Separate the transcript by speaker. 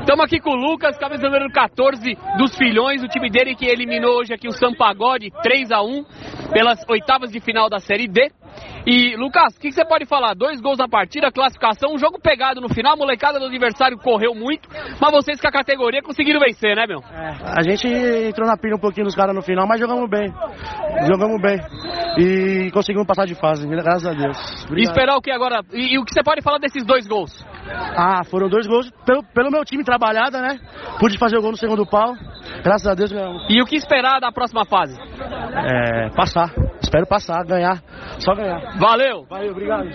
Speaker 1: Estamos aqui com o Lucas, camisa número 14 dos Filhões, o time dele que eliminou hoje aqui o Sampagode 3 a 1 pelas oitavas de final da Série D. E, Lucas, o que, que você pode falar? Dois gols na partida, classificação, um jogo pegado no final, a molecada do adversário correu muito, mas vocês com a categoria conseguiram vencer, né, meu?
Speaker 2: É, a gente entrou na pilha um pouquinho dos caras no final, mas jogamos bem. Jogamos bem. E conseguimos passar de fase, graças a Deus.
Speaker 1: E esperar o que agora? E, e o que você pode falar desses dois gols?
Speaker 2: Ah, foram dois gols pelo, pelo meu time trabalhada, né? Pude fazer o gol no segundo pau. Graças a Deus ganhamos.
Speaker 1: E o que esperar da próxima fase?
Speaker 2: É, passar. Espero passar, ganhar. Só ganhar.
Speaker 1: Valeu!
Speaker 2: Valeu, obrigado.